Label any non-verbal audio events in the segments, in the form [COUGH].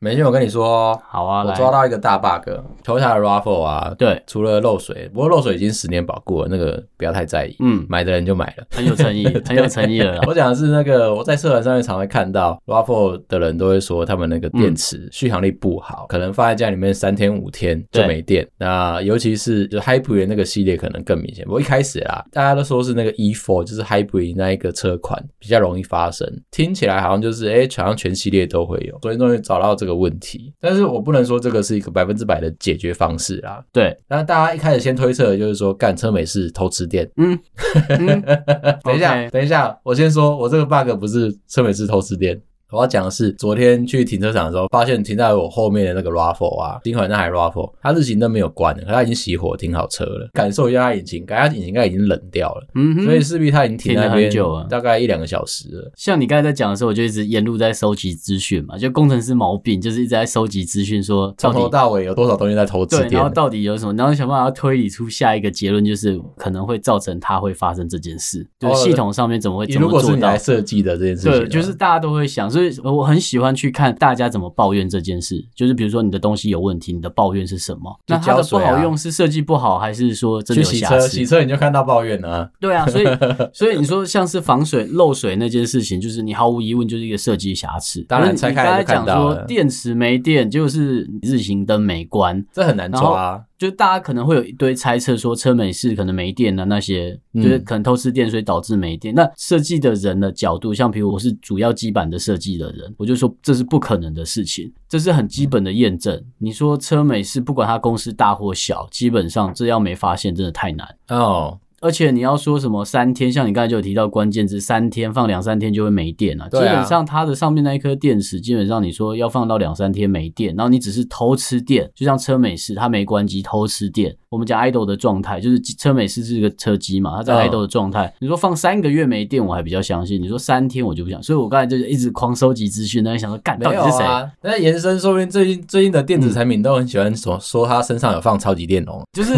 美军，我跟你说，好啊，我来，抓到一个大 bug，头塔的 raffle 啊，对，除了漏水，不过漏水已经十年保固了，那个不要太在意，嗯，买的人就买了。很有 [LAUGHS] 诚意，很有诚意了啦。我讲的是那个，我在社团上面常会看到 raffle 的人都会说他们那个嗯电池续航力不好，可能放在家里面三天五天就对没电。那尤其是就 hybrid 那个系列可能更明显。我一开始啊，大家都说是那个 E4，就是 hybrid 那一个车款比较容易发生，听起来好像就是哎、诶好像全系列都会有。所以终于找到这个问题，但是我不能说这个是一个百分之百的解决方式啦。对，那大家一开始先推测的就是说，干车美是偷吃电，嗯，嗯 [LAUGHS] 等一下， OK 等一下，我先说，我这个 bug 不是车美式偷吃店。我要讲的是，昨天去停车场的时候，发现停在我后面的那个 Raffle 啊，新款那台 Raffle，它日行灯没有关，可它已经熄火，停好车了。感受一下它引擎，感觉它引擎应该已经冷掉了，嗯哼，所以势必它已经停在那停了边很久啊了大概一两个小时了。像你刚才在讲的时候，我就一直沿路在收集资讯嘛，就工程师毛病，就是一直在收集资讯，说到从头底到尾有多少东西在偷吃对，店然后？到底有什么，然后想办法推理出下一个结论，就是可能会造成它会发生这件事，就哦是系统上面怎么会你怎如么果做是你到来。设计的这件事情啊，对，就是大家都会想，所以我很喜欢去看大家怎么抱怨这件事。就是比如说你的东西有问题，你的抱怨是什么？就那它胶的不水啊好用是设计不好，还是说真的去有洗瑕车，疵？洗车你就看到抱怨了、啊。 [LAUGHS] 对啊，所以所以你说像是防水漏水那件事情，就是你毫无疑问就是一个设计瑕疵。当然可是拆你开刚来才就看讲到说了电池没电，就是日行灯没关，这很难抓、啊，就大家可能会有一堆猜测，说车美式可能没电了，啊那些就是嗯可能偷吃电，所以导致没电。那设计的人的角度，像比如我是主要基板的设计的人，我就说这是不可能的事情，这是很基本的验证。你说车美式不管它公司大或小，基本上这要没发现真的太难。哦，而且你要说什么三天，像你刚才就有提到关键字，三天放两三天就会没电了、基对啊本上它的上面那一颗电池，基本上你说要放到两三天没电，然后你只是偷吃电，就像车美式它没关机偷吃电。我们讲 idle 的状态，就是车美式是一个车机嘛，它在嗯 idle 的状态。你说放三个月没电，我还比较相信；你说三天，我就不想。所以我刚才就是一直狂收集资讯，然后想说，干没到有底是谁？啊。那延伸，说不定最近最近的电子产品都很喜欢说说他身上有放超级电容，就是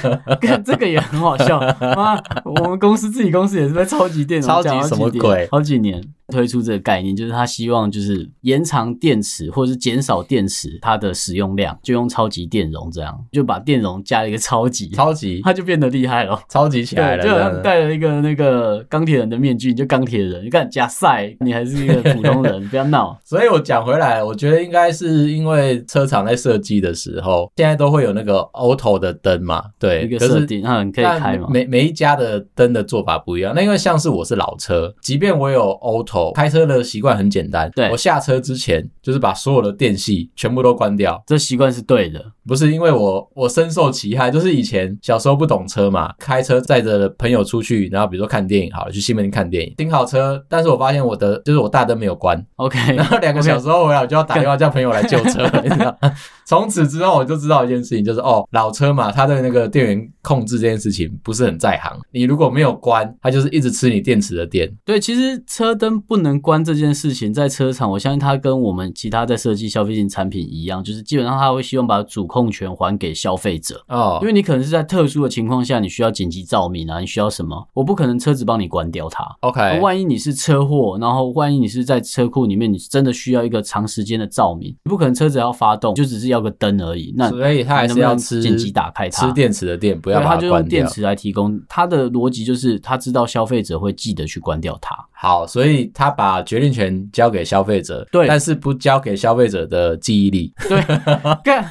[LAUGHS] 干这个也很好笑妈，我们公司自己公司也是在超级电容超级讲好几什么年鬼好几年推出这个概念，就是他希望就是延长电池或者是减少电池它的使用量，就用超级电容这样，就把电容加了一个超级，超级它就变得厉害了。超级起来了，嗯对，就好像真的戴了一个那个钢铁人的面具，你就钢铁人。你看加赛，你还是一个普通人，不要闹。所以我讲回来，我觉得应该是因为车厂在设计的时候，现在都会有那个 auto 的灯嘛，对，一个可设是定，嗯，可以但开嘛？每每一家的灯的做法不一样。那因为像是我是老车，即便我有 auto 开车的习惯很简单，对我下车之前就是把所有的电器全部都关掉，这习惯是对的，不是因为我我深受其害，就是以前小时候不懂车嘛，开车载着朋友出去，然后比如说看电影好了，去西门町看电影，停好车，但是我发现我的就是我大灯没有关， OK， [LAUGHS] 然后两个小时后回来，我就要打电话叫朋友来救 [LAUGHS] 车，你知道？从此之后我就知道一件事情，就是哦，老车嘛，它对那个电源控制这件事情不是很在行，你如果没有关，它就是一直吃你电池的电，对，其实车灯不能关这件事情，在车厂，我相信它跟我们其他在设计消费性产品一样，就是基本上它会希望把主控权还给消费者，哦，因为你可能是在特殊的情况下，你需要紧急照明啊，你需要什么，我不可能车子帮你关掉它。 OK，万一你是车祸，然后万一你是在车库里面，你真的需要一个长时间的照明，你不可能车子要发动，就只是要个灯而已。那所以它还你是能不要能吃紧急打开它吃电池的电，不对，要把它就关用掉。电池来提供，它的逻辑就是它知道消费者会记得去关掉它。好，所以他把决定权交给消费者，对但是不交给消费者的记忆力。对， [LAUGHS] 干，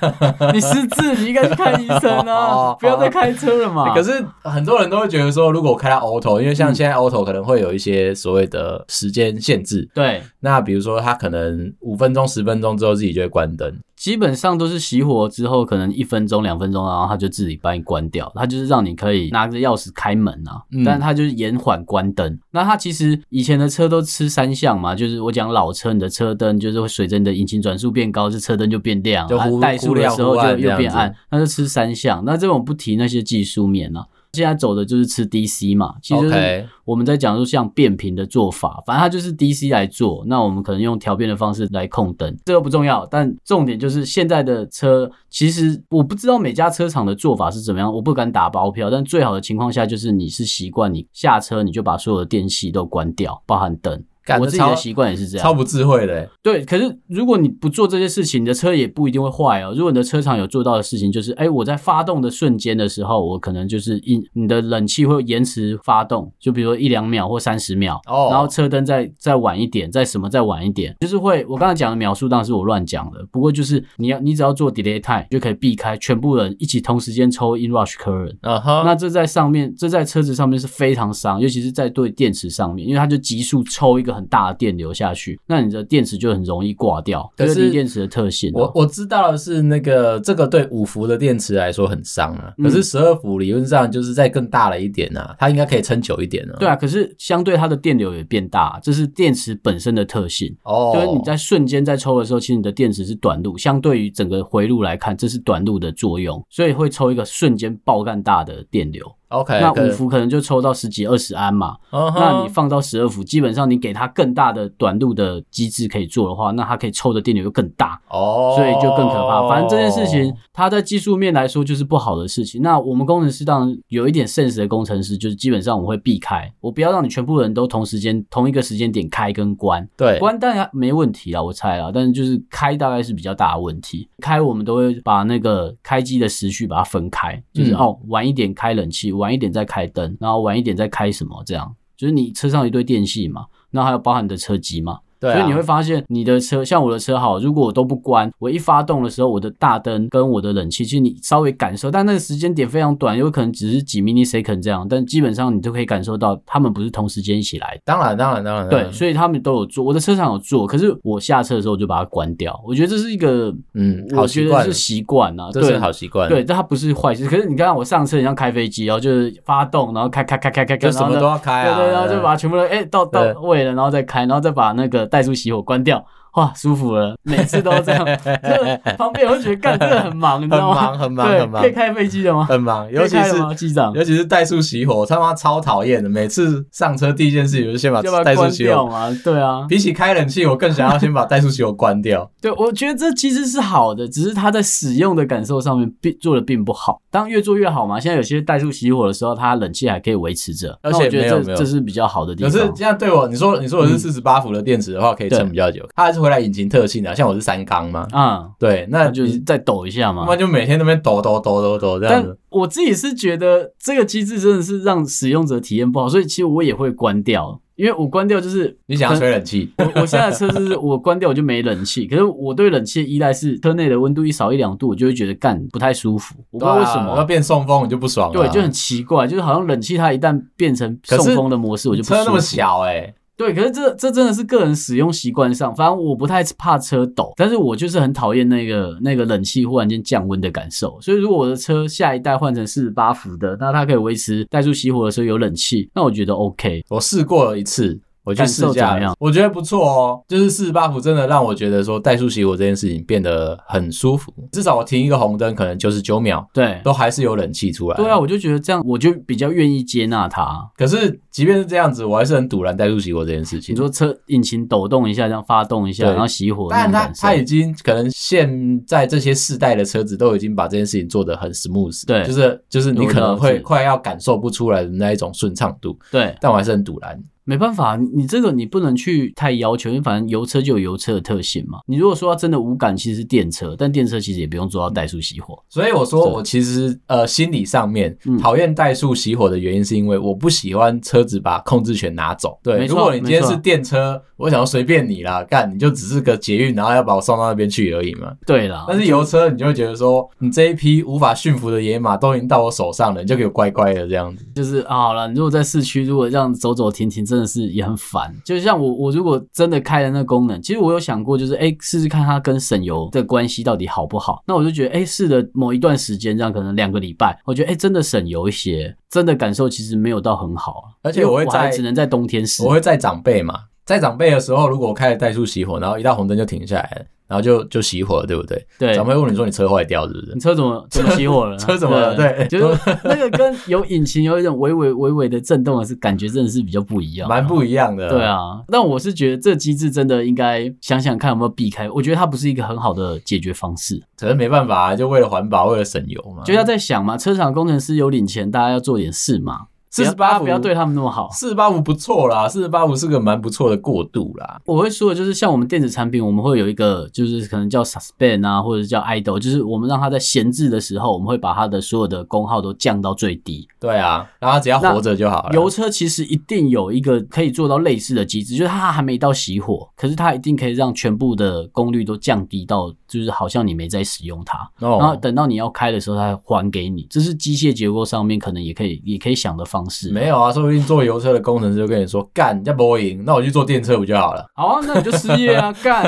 你失智，你应该去看医生啊哦，欸不要再开车了 [LAUGHS] 嘛。可是很多人都会觉得说，如果我开到 auto，因为嗯像现在 auto 可能会有一些所谓的时间限制，对，那比如说他可能五分钟、十分钟之后自己就会关灯，基本上都是熄火之后，可能一分钟、两分钟，然后它就自己帮你关掉，它就是让你可以拿着钥匙开门啊，嗯但它就是延缓关灯。那它其实以前的车都吃三项嘛，就是我讲老车，你的车灯就是会随着你的引擎转速变高，是车灯就变亮，就啊忽怠速忽的亮时候忽就暗又变这样暗子，那就吃三项。那这种不提那些技术面啊。现在走的就是吃 DC 嘛，其实就是 OK 我们在讲说像变频的做法，反正它就是 DC 来做，那我们可能用调变的方式来控灯，这个不重要，但重点就是现在的车，其实我不知道每家车厂的做法是怎么样，我不敢打包票，但最好的情况下就是你是习惯你下车你就把所有的电器都关掉，包含灯。干我这自己超的习惯也是这样，超不智慧的、欸。对，可是如果你不做这些事情，你的车也不一定会坏哦。如果你的车厂有做到的事情，就是哎，我在发动的瞬间的时候，我可能就是一你的冷气会延迟发动，就比如说一两秒或三十秒，哦然后车灯再再晚一点，再什么再晚一点，就是会我刚才讲的描述当然是我乱讲的，不过就是你要你只要做 delay time 就可以避开全部人一起同时间抽 in rush current。嗯哼，那这在上面，这在车子上面是非常伤，尤其是在对电池上面，因为它就急速抽一个很大的电流下去，那你的电池就很容易挂掉，可这是是锂电池的特性哦、我我知道的是，那个这个对五伏的电池来说很伤啊，嗯可是十二伏理论上就是再更大了一点啊，它应该可以撑久一点啊。对啊，可是相对它的电流也变大，这是电池本身的特性。哦，就是你在瞬间在抽的时候，其实你的电池是短路，相对于整个回路来看，这是短路的作用，所以会抽一个瞬间爆干大的电流。 OK，那哎可五伏可能就抽到十几二十安嘛，嗯哼那你放到十二伏，基本上你给它更大的短路的机制可以做的话，那它可以抽的电流就更大，哦，所以就更可怕。反正这件事情，它在技术面来说就是不好的事情。那我们工程师当然有一点 sense 的工程师，就是基本上我会避开，我不要让你全部人都同时间同一个时间点开跟关。对，关当然没问题啦，我猜啦，但是就是开大概是比较大的问题。开我们都会把那个开机的时序把它分开，就是、嗯哦晚一点开冷气，晚一点再开灯，然后晚一点再开什么这样。就是你车上有一堆电器嘛，那还有包含你的车机嘛，对啊所以你会发现你的车，像我的车好，如果我都不关，我一发动的时候，我的大灯跟我的冷气，其实你稍微感受，但那个时间点非常短，有可能只是几 mini second 这样，但基本上你都可以感受到，他们不是同时间一起来的。当然当然当然，当对，然所以他们都有做，我的车上有做，可是我下车的时候就把它关掉。我觉得这是一个，嗯好我习觉得惯是了习惯啊，这是对好习惯，对，，但它不是坏事。可是你看我上车，很像开飞机哦，就是发动，然后开开开开开开，就什么然后呢都要开啊，对对，然后就把它全部都哎到到对位了，然后再开，然后再把那个怠速熄火关掉，哇，舒服了。每次都这 [LAUGHS] 样，这旁边我会觉得干真的很忙，你知道吗？很忙很忙对很忙可以开飞机的吗？ [LAUGHS] 很 [LAUGHS] 忙，尤其可以开是了吗机长尤其是怠速熄火，他妈超讨厌的。每次上车第一件事情就是先把要把怠它速关熄掉火，嘛？对啊，比起开冷气，我更想要先把怠速熄火关掉。 [LAUGHS] 对，我觉得这其实是好的，只是它在使用的感受上面并做的并不好。当然越做越好嘛，现在有些怠速熄火的时候，它冷气还可以维持着，而那且我觉没得有这没有这是比较好的地可方。是这样对我，你说你说我是四十八伏的电池的话，可以撑嗯对比较久。它还是回来引擎特性的、像我是三缸嘛，啊、对，那那就是你再抖一下他嘛妈。就每天那边抖抖抖抖抖这样但子。我自己是觉得这个机制真的是让使用者体验不好，所以其实我也会关掉，因为我关掉就是你想要吹冷气，我我现在的车是我关掉我就没冷气，可是我对冷气的依赖是车内的温度一少一两度，我就会觉得干不太舒服，我不知道为什对啊么。要变送风，我就不爽了。对，就很奇怪，就是好像冷气它一旦变成哦啊可送是风的模式，我就不车那么舒服。小哎、对，可是这这真的是个人使用习惯上，反正我不太怕车抖，但是我就是很讨厌那个那个冷气忽然间降温的感受。所以如果我的车下一代换成四十八伏的，那它可以维持怠速熄火的时候有冷气，那我觉得 OK。我试过了一次。我去感试受怎驾么了样，我觉得不错哦。就是四十八伏真的让我觉得说怠速熄火这件事情变得很舒服，至少我停一个红灯可能九十九秒对都还是有冷气出来。对啊，，我就觉得这样，我就比较愿意接纳它。可是即便是这样子，我还是很堵然怠速熄火这件事情。你说车引擎抖动一下，这样发动一下，对然后熄火当然那种它感受它，已经可能现在这些世代的车子都已经把这件事情做得很 smooth，对就是就是你我可能了会解快要感受不出来的那一种顺畅度，对，但我还是很堵然。没办法，你你这个你不能去太要求，因为反正油车就有油车的特性嘛。你如果说它真的无感，其实是电车，但电车其实也不用做到怠速熄火。所以我说，是我其实呃心理上面嗯讨厌怠速熄火的原因，是因为我不喜欢车子把控制权拿走。对，没如错果你今天没错是电车，我想要随便你啦，干你就只是个捷运，然后要把我送到那边去而已嘛。对啦，但是油车，你就会觉得说，你这一匹无法驯服的野马都已经到我手上了，你就给我乖乖的这样子。就是啊，好了，你如果在市区，如果这样走走停停，真的是也很烦。就像我，我如果真的开了那功能，其实我有想过，就是哎，诶试试看它跟省油的关系到底好不好。那我就觉得，哎，试了某一段时间，这样可能两个礼拜，我觉得哎，真的省油一些，真的感受其实没有到很好啊。而且因为我会我还在只能在冬天试我。会载长辈嘛，载长辈的时候，如果我开了怠速熄火，然后一到红灯就停下来了，然后就就熄火了，对不对？对，长辈问你说你车坏掉是不是你？车怎么怎么熄火了？ [LAUGHS] 车怎么了对就是那个跟有引擎有一种微微微微的震动的啊是感觉，真的是比较不一样、啊蛮。不一样的。对，啊，但我是觉得这机制真的应该想想看有没有避开。我觉得它不是一个很好的解决方式。可是没办法、啊，就为了环保，为了省油嘛。就要在想嘛，车厂工程师有领钱，大家要做点事嘛。不四要十大八家不要对他们那么好。四十八伏不错啦，四十八伏是个蛮不错的过渡啦。我会说的就是，像我们电子产品，我们会有一个就是可能叫 suspend 啊，或者叫 idle，就是我们让它在闲置的时候，我们会把它的所有的功耗都降到最低。对啊，然后只要活着就好了。油车其实一定有一个可以做到类似的机制，就是它还没到熄火，可是它一定可以让全部的功率都降低到，就是好像你没在使用它，然后哦，等到你要开的时候，它还给你。这是机械结构上面可能也可以也可以想的方式。没有啊，说不定做油车的工程师就跟你说，干人家不会赢，那我去做电车不就好了？好啊，那你就失 [LAUGHS] 业啊！干，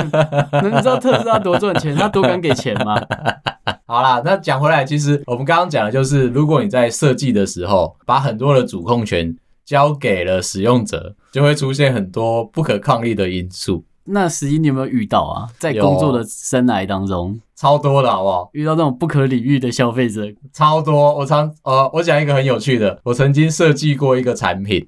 能知道特斯拉多赚钱，他多敢给钱 [LAUGHS] 吗？好啦，那讲回来，其实我们刚刚讲的就是，如果你在设计的时候把很多的主控权交给了使用者，就会出现很多不可抗力的因素，那十一，你有没有遇到啊？在工作的生涯当中，超多的好不好？遇到那种不可理喻的消费者，超多。我常呃，我讲一个很有趣的，我曾经设计过一个产品，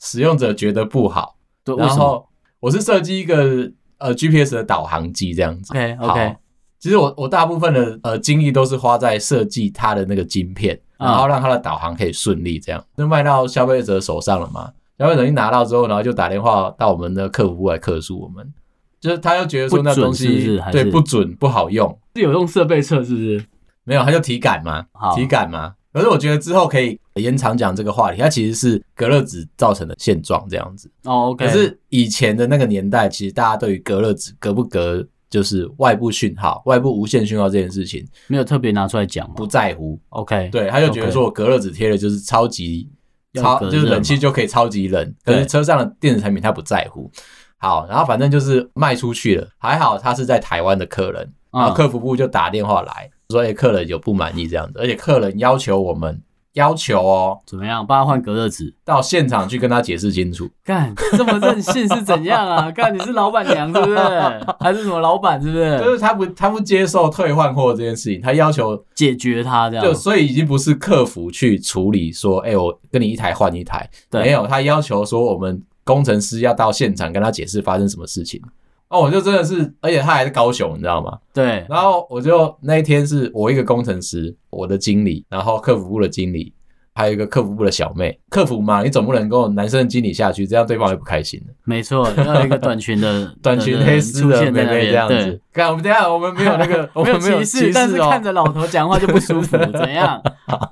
使用者觉得不好，对，为然什么后我是设计一个呃 GPS 的导航机这样子。 ？OK OK，好其实我我大部分的呃精力都是花在设计它的那个晶片，嗯然后让它的导航可以顺利这样，就卖到消费者手上了嘛。消费者一拿到之后，然后就打电话到我们的客服来客诉我们，就是他就觉得说那不准东西是不是还是对不准不好用，是有用设备测是不是？没有他就体感嘛嗯好，体感嘛。可是我觉得之后可以延长讲这个话题，它其实是隔热纸造成的现状这样子。哦，OK，可是以前的那个年代，其实大家对于隔热纸隔不隔，就是外部讯号、外部无线讯号这件事情没有特别拿出来讲嘛。不在乎， OK，对，他就觉得说我隔热纸贴的就是超级要超，隔热就是冷嘛气就可以超级冷，可对是车上的电子产品他不在乎。好，然后反正就是卖出去了，还好他是在台湾的客人，然后啊，客服部就打电话来说，哎，客人有不满意这样子，而且客人要求我们要求哦，怎么样？帮他换隔热纸。到现场去跟他解释清楚。干，这么任性是怎 [LAUGHS] 样啊？干，你是老板娘是不是？还是什么老板是不？就是是他不他不接受退换货这件事情，他要求解决他这样就。所以已经不是客服去处理说，哎、我跟你一台换一台，对没有，他要求说我们工程师要到现场跟他解释发生什么事情。哦，我就真的是，而且他还是高雄，你知道吗？对，然后我就那一天是我一个工程师，我的经理，然后客服部的经理，还有一个客服部的小妹。客服嘛，你总不能跟我男生的经理下去，这样对方会不开心的。没错，要有一个短裙的 [LAUGHS] 短裙的黑人丝出的现妹在那妹边这样对子。看，我们等一下我们没有那个，我 [LAUGHS] 没有们没有视歧视，哦，但是看着老头讲话就不舒 [LAUGHS] 服，怎样？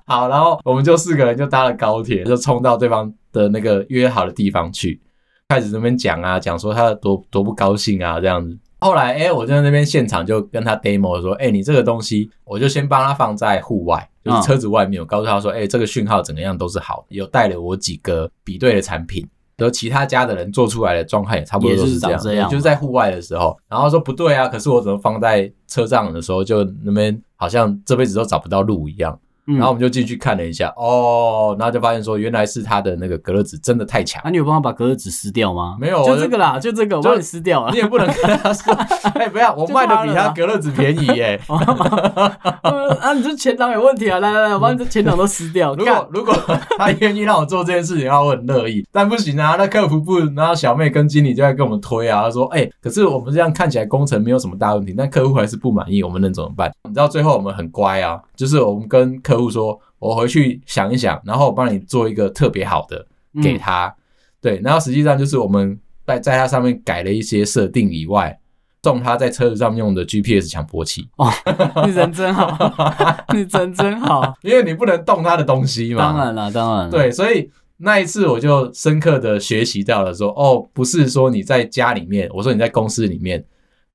好，然后我们就四个人就搭了高铁，就冲到对方的那个约好的地方去，开始这边讲啊，讲说他多多不高兴啊这样子。后来，哎、我就在那边现场就跟他 demo 说，哎、你这个东西，我就先帮他放在户外，嗯就是车子外面。我告诉他说，哎、这个讯号怎么样都是好的，有带了我几个比对的产品，然后其他家的人做出来的状况也差不多都这也是长这样嘛就是在户外的时候。然后说不对啊，可是我怎么放在车上的时候，就那边好像这辈子都找不到路一样。嗯然后我们就进去看了一下，哦，然后就发现说，原来是他的那个隔热纸真的太强啊，，你有帮他把隔热纸撕掉吗？没有就我就这个啦，就这个，我就帮你撕掉啊你。也不能跟他说，哎、不要，我卖的比他隔热纸便宜 [LAUGHS] 耶、 [LAUGHS] 啊，你这前挡有问题啊！来来来，我帮你这前挡都撕掉。 [LAUGHS] 如哦干果如果他愿意让我做这件事情，那我很乐意。但不行啊，那客服部，然后小妹跟经理就在跟我们推啊，他说：“哎、可是我们这样看起来工程没有什么大问题，但客户还是不满意，我们能怎么办？”你知道最后我们很乖啊，就是我们跟客户说：“我回去想一想，然后我帮你做一个特别好的给嗯他。对，然后实际上就是我们在在它上面改了一些设定以外，送他在车子上面用的 GPS 强迫器， [LAUGHS] 你人真好， [LAUGHS] 你人真好。因为你不能动他的东西嘛。当然啦，当然啦。对，所以那一次我就深刻的学习到了说，哦，不是说你在家里面，我说你在公司里面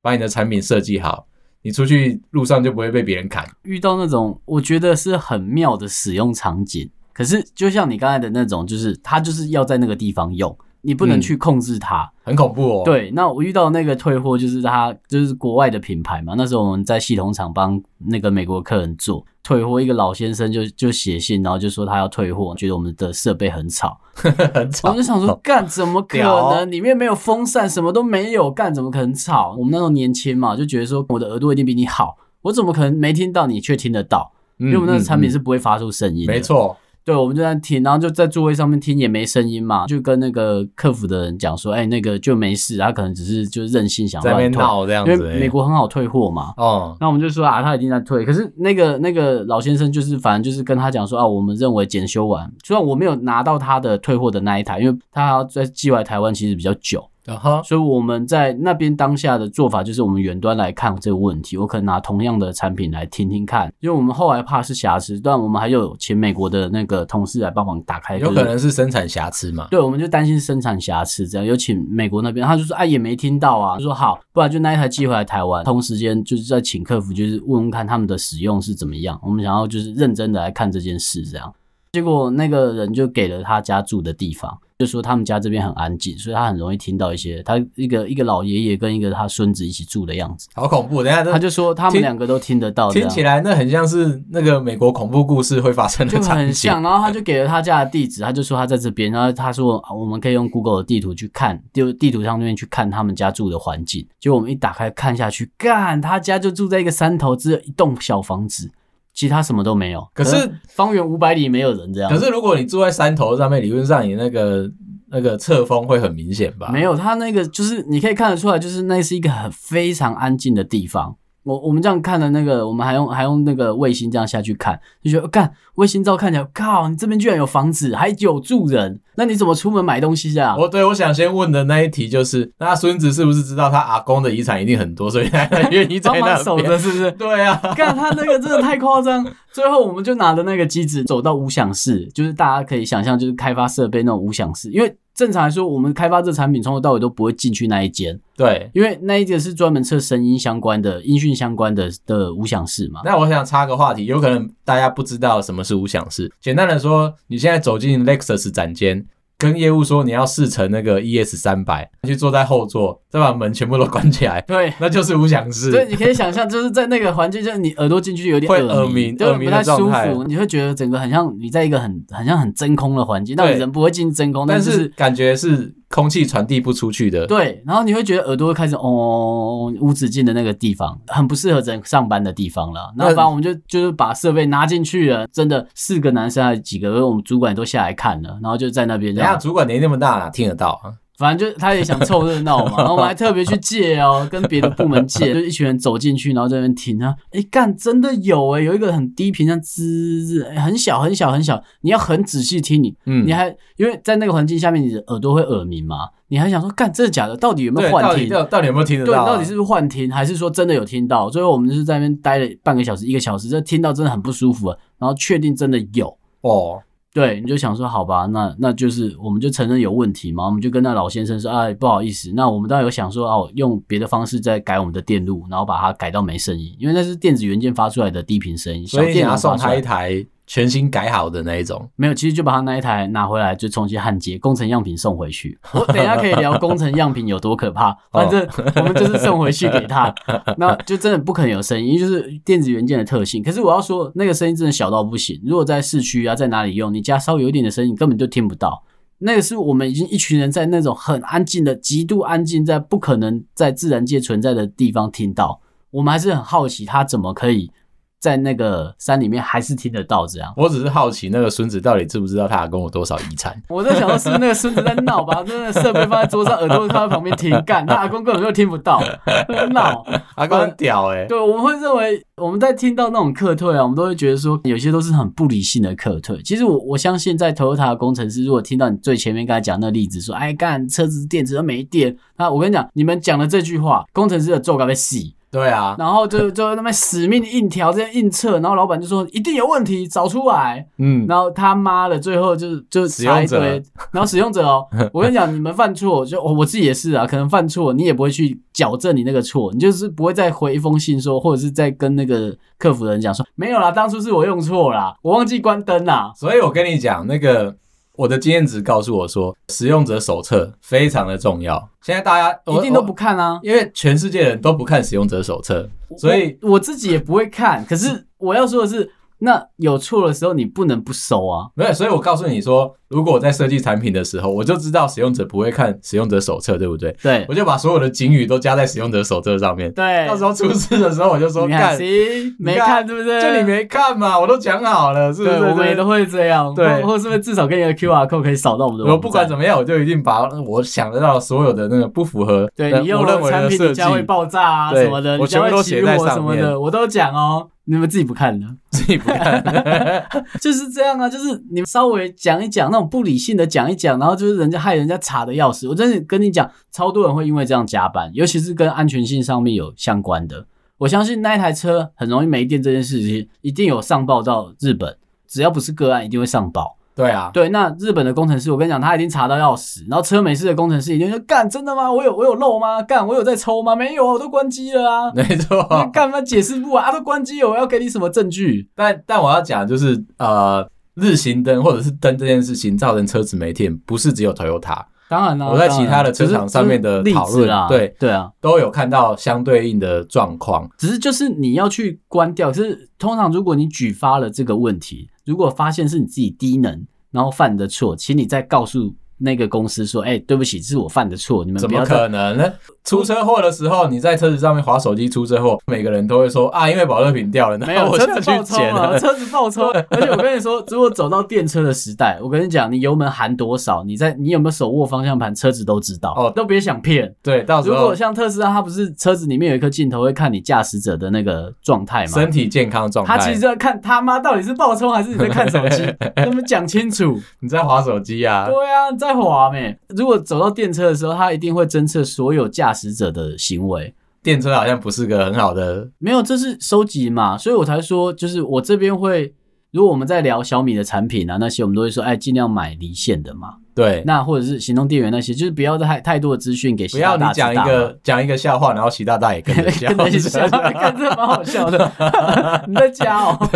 把你的产品设计好，你出去路上就不会被别人砍。遇到那种我觉得是很妙的使用场景，可是就像你刚才的那种，就是它就是要在那个地方用，你不能嗯去控制它。很恐怖哦，，对，那我遇到那个退货就是它就是国外的品牌嘛，那时候我们在系统厂帮那个美国客人做退货，一个老先生就就写信，然后就说他要退货，觉得我们的设备很吵，很我吵们。就想说，干怎么可哦屌哦能？里面没有风扇，什么都没有，干怎么可能吵？我们那时候年轻嘛，就觉得说我的耳朵一定比你好，我怎么可能没听到你却听得到？因因为我们那个产品是不会发出声音嗯的，没。错，对，我们就在听，然后就在座位上面听，也没声音嘛，就跟那个客服的人讲说，哎、那个就没事，他可能只是就任性想在那乱边退，闹这样因子而为已。美国很好退货嘛，哦，那我们就说啊，他已经在退，可是那个那个老先生就是反正就是跟他讲说啊，我们认为检修完，虽然我没有拿到他的退货的那一台，因为他还要在寄回来台湾其实比较久，然后所以我们在那边当下的做法就是我们远端来看这个问题，我可能拿同样的产品来听听看，因为我们后来怕是瑕疵，但我们还有请美国的那个同事来帮忙打开，有就可是能是生产瑕疵嘛？对，我们就担心生产瑕疵，这样有请美国那边，他就说啊也没听到啊，就说好，不然就那一台寄回来台湾，同时间就是在请客服，就是问问看他们的使用是怎么样，我们想要就是认真的来看这件事这样。结果那个人就给了他家住的地方，就说他们家这边很安静，所以他很容易听到一些他一个一个老爷爷跟一个他孙子一起住的样子，好恐怖！等一下这他就说他们听两个都听得到这啊听样，起来那很像是那个美国恐怖故事会发生的 [LAUGHS] 就场景，很像。然后他就给了他家的地址，他就说他在这边，然后他说啊我们可以用 Google 的地图去看，就地图上面去看他们家住的环境。结果我们一打开看下去，干，他家就住在一个山头，只有一栋小房子，其他什么都没有。可是方圆五百里没有人这样。可是如果你住在山头上面，理论上你那个那个侧风会很明显吧？没有，他那个就是你可以看得出来，就是那是一个很非常安静的地方。我我们这样看的那个，我们还用还用那个卫星这样下去看，就觉得干卫星照看起来，靠，你这边居然有房子，还有住人，那你怎么出门买东西啊？我对我想先问的那一题就是，那他孙子是不是知道他阿公的遗产一定很多，所以他愿意在帮忙那守边？？着是不是 [LAUGHS] 对啊，干他那个真的太夸张，最后我们就拿着那个机子走到无想室，就是大家可以想象，就是开发设备那种无想室，因为正常来说，我们开发这产品从头到尾都不会进去那一间，对。因为那一个是专门测声音相关的、音讯相关的的无响室嘛。那我想插个话题，有可能大家不知道什么是无想室。简单的说，你现在走进 Lexus 展间，跟业务说你要试乘那个 ES 三百，去坐在后座，再把门全部都关起来，对，那就是无想室。所以你可以想象，就是在那个环境，就是你耳朵进去有点会耳耳鸣就是耳鸣不的太舒状态服，你会觉得整个很像你在一个很很像很真空的环境，但对你人不会进真空，但就是是。感觉是空气传递不出去的。对，然后你会觉得耳朵会开始哦，无止境的那个地方，很不适合人上班的地方了。那那反正我们就就是把设备拿进去了，真的四个男生还是几个，因为我们主管都下来看了，然后就在那边这等一下样主管年纪那么大，哪听得到啊？反正就他也想凑热 [LAUGHS] 闹嘛，然后我们还特别去借哦，跟别的部门借，就一群人走进去，然后在那边听啊，哎干，真的有哎、有一个很低频，像滋，诶很小很小很小，你要很仔细听你，嗯你还因为在那个环境下面，你的耳朵会耳鸣嘛，你还想说干真的假的，到底有没对，有到幻底听？到到底有没有听得对，到啊？到底是不是幻听，还是说真的有听到？最后我们就是在那边待了半个小时、一个小时，这听到真的很不舒服了，啊然后确定真的有，哦，对，你就想说好吧，那那就是我们就承认有问题嘛，我们就跟那老先生说，哎，不好意思，那我们当然有想说哦，用别的方式再改我们的电路，然后把它改到没声音，因为那是电子元件发出来的低频声音，小所以你电要脑送发出他一来。台全新改好的那一种。没有，其实就把他那一台拿回来，就重新焊接，工程样品送回去。我等一下可以聊工程样品有多可怕，反正我们就是送回去给他，那就真的不可能有声音，因为就是电子元件的特性。可是我要说，那个声音真的小到不行。如果在市区啊，在哪里用，你家稍有一点的声音，你根本就听不到。那个是我们已经一群人在那种很安静的、极度安静，在不可能在自然界存在的地方听到。我们还是很好奇，他怎么可以在那个山里面还是听得到这样。我只是好奇那个孙子到底知不知道他跟我多少遗产？我在想说，是不是那个孙子在闹吧？ [LAUGHS] 那个设备放在桌上，耳朵放在旁边听，干，他阿公根本就听不到，在闹。阿公很屌哎、对，我们会认为我们在听到那种客退啊，我们都会觉得说有些都是很不理性的客退。其实我我相信，在 Toyota 的工程师，如果听到你最前面刚才讲那例子，说哎干车子电池都没电，那我跟你讲，你们讲的这句话，工程师的做该被洗，对啊，然后就就那么死命硬调这样硬测，然后老板就说一定有问题，找出来。嗯，然后他妈的，最后就是就使用查一者堆，然后使用 [LAUGHS] 者哦，我跟你讲，你们犯错，就我我自己也是啊，可能犯错，你也不会去矫正你那个错，你就是不会再回一封信说，或者是再跟那个客服的人讲说，没有啦，当初是我用错啦，我忘记关灯啦。所以我跟你讲，那个我的经验值告诉我说，使用者手册非常的重要。现在大家一定都，我不我看啊，因为全世界人都不看使用者手册，所以我我自己也不会看。可是我要说的是，那有错的时候你不能不收啊。没有，所以我告诉你说，如果我在设计产品的时候，我就知道使用者不会看使用者手册，对不对？对我就把所有的警语都加在使用者手册上面。对，到时候出事的时候，我就说你干，看行没看看对不对？就你没看嘛，我都讲好了，是不是？对，我们也都会这样，对或或是不是至少给你的 QR code 可以扫到我们的我网不管怎么，么样，我就一定把我想得到所有的那个不符合对呃你用我了认我为产的品，设你计家，会爆炸啊对什么的，我你家全部会都起写在火上什么的，面我都讲哦。你们自己不看的， [LAUGHS] 自己不看。 [LAUGHS] 就是这样啊，就是你们稍微讲一讲那种不理性的讲一讲，然后就是人家害人家查的要死。我真的跟你讲，超多人会因为这样加班，尤其是跟安全性上面有相关的。我相信那一台车很容易没电这件事情，一定有上报到日本，只要不是个案，一定会上报。对啊，对，那日本的工程师，我跟你讲，他已经查到要死，然后车美式的工程师已经说，干，真的吗？我有我有漏吗？干，我有在抽吗？没有啊，我都关机了啊。没那 [LAUGHS] 错。干嘛解释不完啊？都关机了，我要给你什么证据？但但我要讲就是呃，日行灯或者是灯这件事情造成车子没电，不是只有 Toyota，当然啦、我在当然其他的只是车厂上面的只是例讨论子啦对对啊，都有看到相对应的状况。只是就是你要去关掉。可是通常如果你举发了这个问题，如果发现是你自己低能，然后犯的错，请你再告诉那个公司说，哎、对不起，这是我犯的错，你们怎不么要再可能呢？出车祸的时候，你在车子上面划手机出车祸，每个人都会说啊，因为保乐瓶掉了，没然有，后 [LAUGHS] 我哦车就子去爆冲啊捡了，了。车子爆冲。而且我跟你说，如果走到电车的时代，我跟你讲，你油门含多少，你在你有没有手握方向盘，车子都知道，哦都别想骗。 [LAUGHS] 对，到时如候果像特斯拉，它不是车子里面有一颗镜头会看你驾驶者的那个状态吗？身体健康状态，他其实要看他妈到底是爆冲还是你在看手 [LAUGHS] 机，他们讲清楚。你在划手机 [LAUGHS] 啊，对啊，你在滑没？如果走到电车的时候，他一定会侦测所有驾驶者的行为。电车好像不是个很好的没有，这是收集嘛，所以我才说，就是我这边会，如果我们在聊小米的产品啊那些，我们都会说，哎，尽量买离线的嘛，对。那或者是行动电源那些，就是不要太太多的资讯给不习要大你大知道讲一嘛。 [LAUGHS] 个讲一个笑话，然后习大大也跟着笑，跟着笑，看这蛮好 [LAUGHS] 笑的。你在家 [LAUGHS] 哦， [LAUGHS]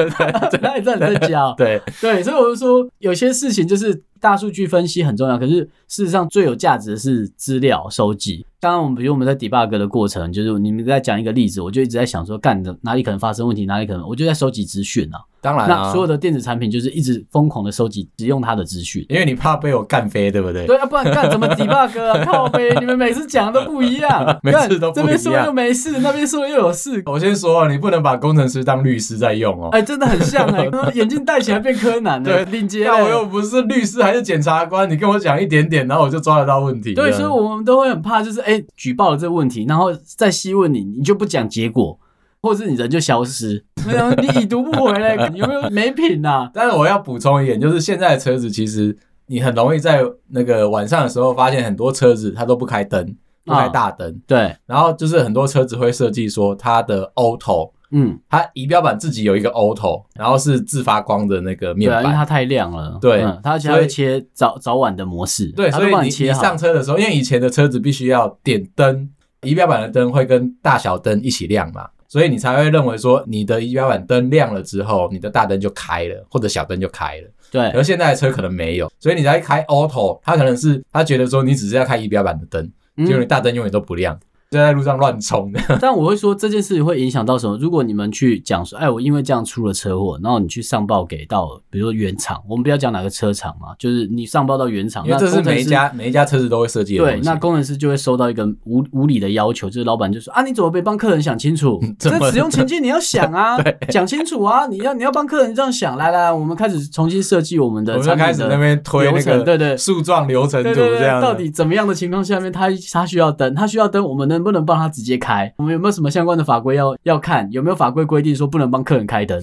那你在你在家哦，对对，所以我就说，有些事情就是大数据分析很重要，可是事实上最有价值的是资料收集。当然，我们比如我们在 debug 的过程，就是你们在讲一个例子，我就一直在想说，干的哪里可能发生问题，哪里可能，我就在收集资讯啊。当然那啊所，有的电子产品就是一直疯狂的收集，只用它的资讯。因为你怕被我干飞，对不对？对啊，不然干怎么 debug 啊？ [LAUGHS] 靠呗，你们每次讲的都不一样， [LAUGHS] 每次都干这不一边说样又没事，那边说又有事，我先说了，你不能把工程师当律师在用哦。哎，真的很像 [LAUGHS] 哎、眼镜戴起来变柯南了、对领结那了我又不是律师还是检察官，你跟我讲一点点，然后我就抓得到问题了。对，所以我们都会很怕，就是哎、举报了这个问题，然后再细问你，你就不讲结果，或者是你人就消失，然后你已读不回嘞，你有没有没品呐、但是我要补充一点，就是现在的车子其实你很容易在那个晚上的时候发现很多车子它都不开灯，不啊开大灯， [LAUGHS] 对，然后就是很多车子会设计说它的 auto，嗯，它仪表板自己有一个 auto，然后是自发光的那个对面啊，因为板。它太亮了，对嗯它而且它所以会切早早晚的模式，对，它所都以帮你切你好，上车的时候，因为以前的车子必须要点灯，仪表板的灯会跟大小灯一起亮嘛，所以你才会认为说你的仪表板灯亮了之后，你的大灯就开了，或者小灯就开了。对而现在的车可能没有，所以你才开 auto，它可能是他觉得说你只是要开仪表板的灯，结果你嗯，大灯永远都不亮，就在路上乱冲的。但我会说这件事情会影响到什么？如果你们去讲说，哎，我因为这样出了车祸，然后你去上报给到，比如说原厂，我们不要讲哪个车厂嘛，就是你上报到原厂，因为这是 [LAUGHS] 那工程每一师家每一家车子都会设计的对东，西那。工程师就会收到一个无无理的要求，就是老板就说啊，你怎么没帮客人想清楚？ [LAUGHS] 怎么这使用情境你要想 [LAUGHS] 啊，讲清楚啊，你要你要帮客人这样想。来来，来我们开始重新设计我 [LAUGHS] 们我的们产就品开始的那边推那流程个对对树状流程图对对这对，样子到底怎么样的情况下面他他需要灯，他需要灯，我们能不能帮他直接开？我们有没有什么相关的法规要 [LAUGHS] 要看？有没有法规规定说不能帮客人 [LAUGHS] 开灯？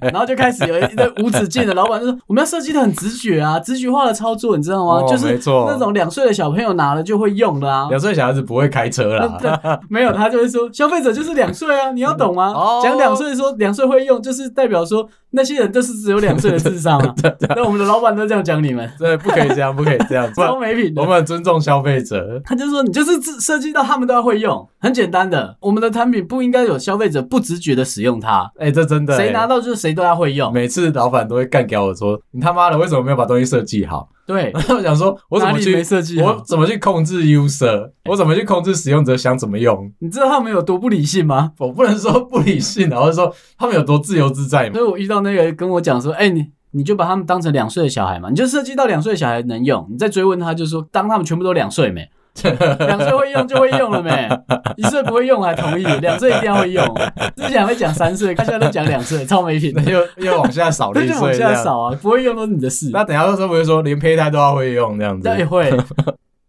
然后就开始有一堆无止境的老板就说我们要设计的很直觉啊，直觉化的操作，你知道吗？哦就是没错那种两岁的小朋友拿了就会用的啊。两岁小孩子不会开车啦， [LAUGHS] [LAUGHS] 对，没有，他就会说消费者就是两岁啊，你要懂哦啊。讲两岁说两岁会用，就是代表说那些人就是只有两岁的智 [LAUGHS] 商啊。那我们的老板都这样讲你们，对，不可以这样，不可以这样，不然超没品我的。们很尊重消费者。他就说你就是自涉及到他们的要会用，很简单的。我们的产品不应该有消费者不直觉的使用它，哎、这真的、谁拿到？到就是谁都要会用。每次老板都会干掉我说：“你他妈的为什么没有把东西设计好，对？”然后我想说， [LAUGHS] 我怎么哪里去没设计好我怎么去控制 user？我怎么去控制使用者想怎么用？你知道他们有多不理性吗？我不能说不理性啊，然后说他们有多自由自在嘛所？以我遇到那个跟我讲说，哎、你你就把他们当成两岁的小孩嘛，你就设计到两岁的小孩能用，你再追问他就说，当他们全部都两岁没， [LAUGHS] 两岁会用就会用了没，一岁不会用还同意，两岁一定要会用。之前还会讲三岁，他现在都讲两岁，超没品的那。又又往下扫了那一就往岁，下。扫啊，不会用都是你的事。那等一下说不是说连胚胎都要会用这样子那，也会，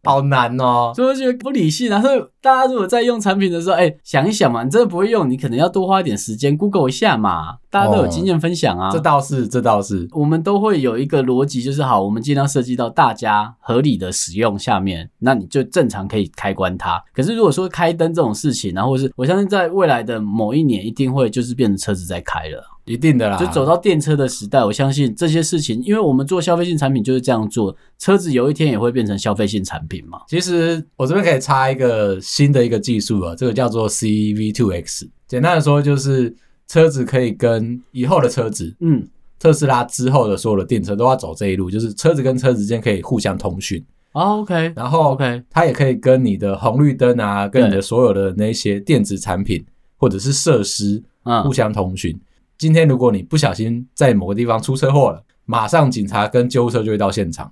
好难哦。所以我觉得不理性啊。所以大家如果在用产品的时候，哎、想一想嘛，你真的不会用，你可能要多花一点时间 Google 一下嘛。大家都有经验分享啊。这倒是，这倒是，我们都会有一个逻辑，就是好，我们尽量设计到大家合理的使用下面，那你就正常可以开关它。可是如果说开灯这种事情，然后或是我相信在未来的某一年，一定会就是变成车子在开了，一定的啦。就走到电车的时代。我相信这些事情，因为我们做消费性产品就是这样做，车子有一天也会变成消费性产品嘛。其实我这边可以插一个新的一个技术啊，这个叫做 CV2X。简单的说，就是车子可以跟以后的车子，嗯，特斯拉之后的所有的电车都要走这一路，就是车子跟车子之间可以互相通讯，哦，OK，然后 OK 它也可以跟你的红绿灯啊，跟你对的所有的那些电子产品或者是设施互嗯，相通讯。今天如果你不小心在某个地方出车祸了，马上警察跟救护车就会到现场。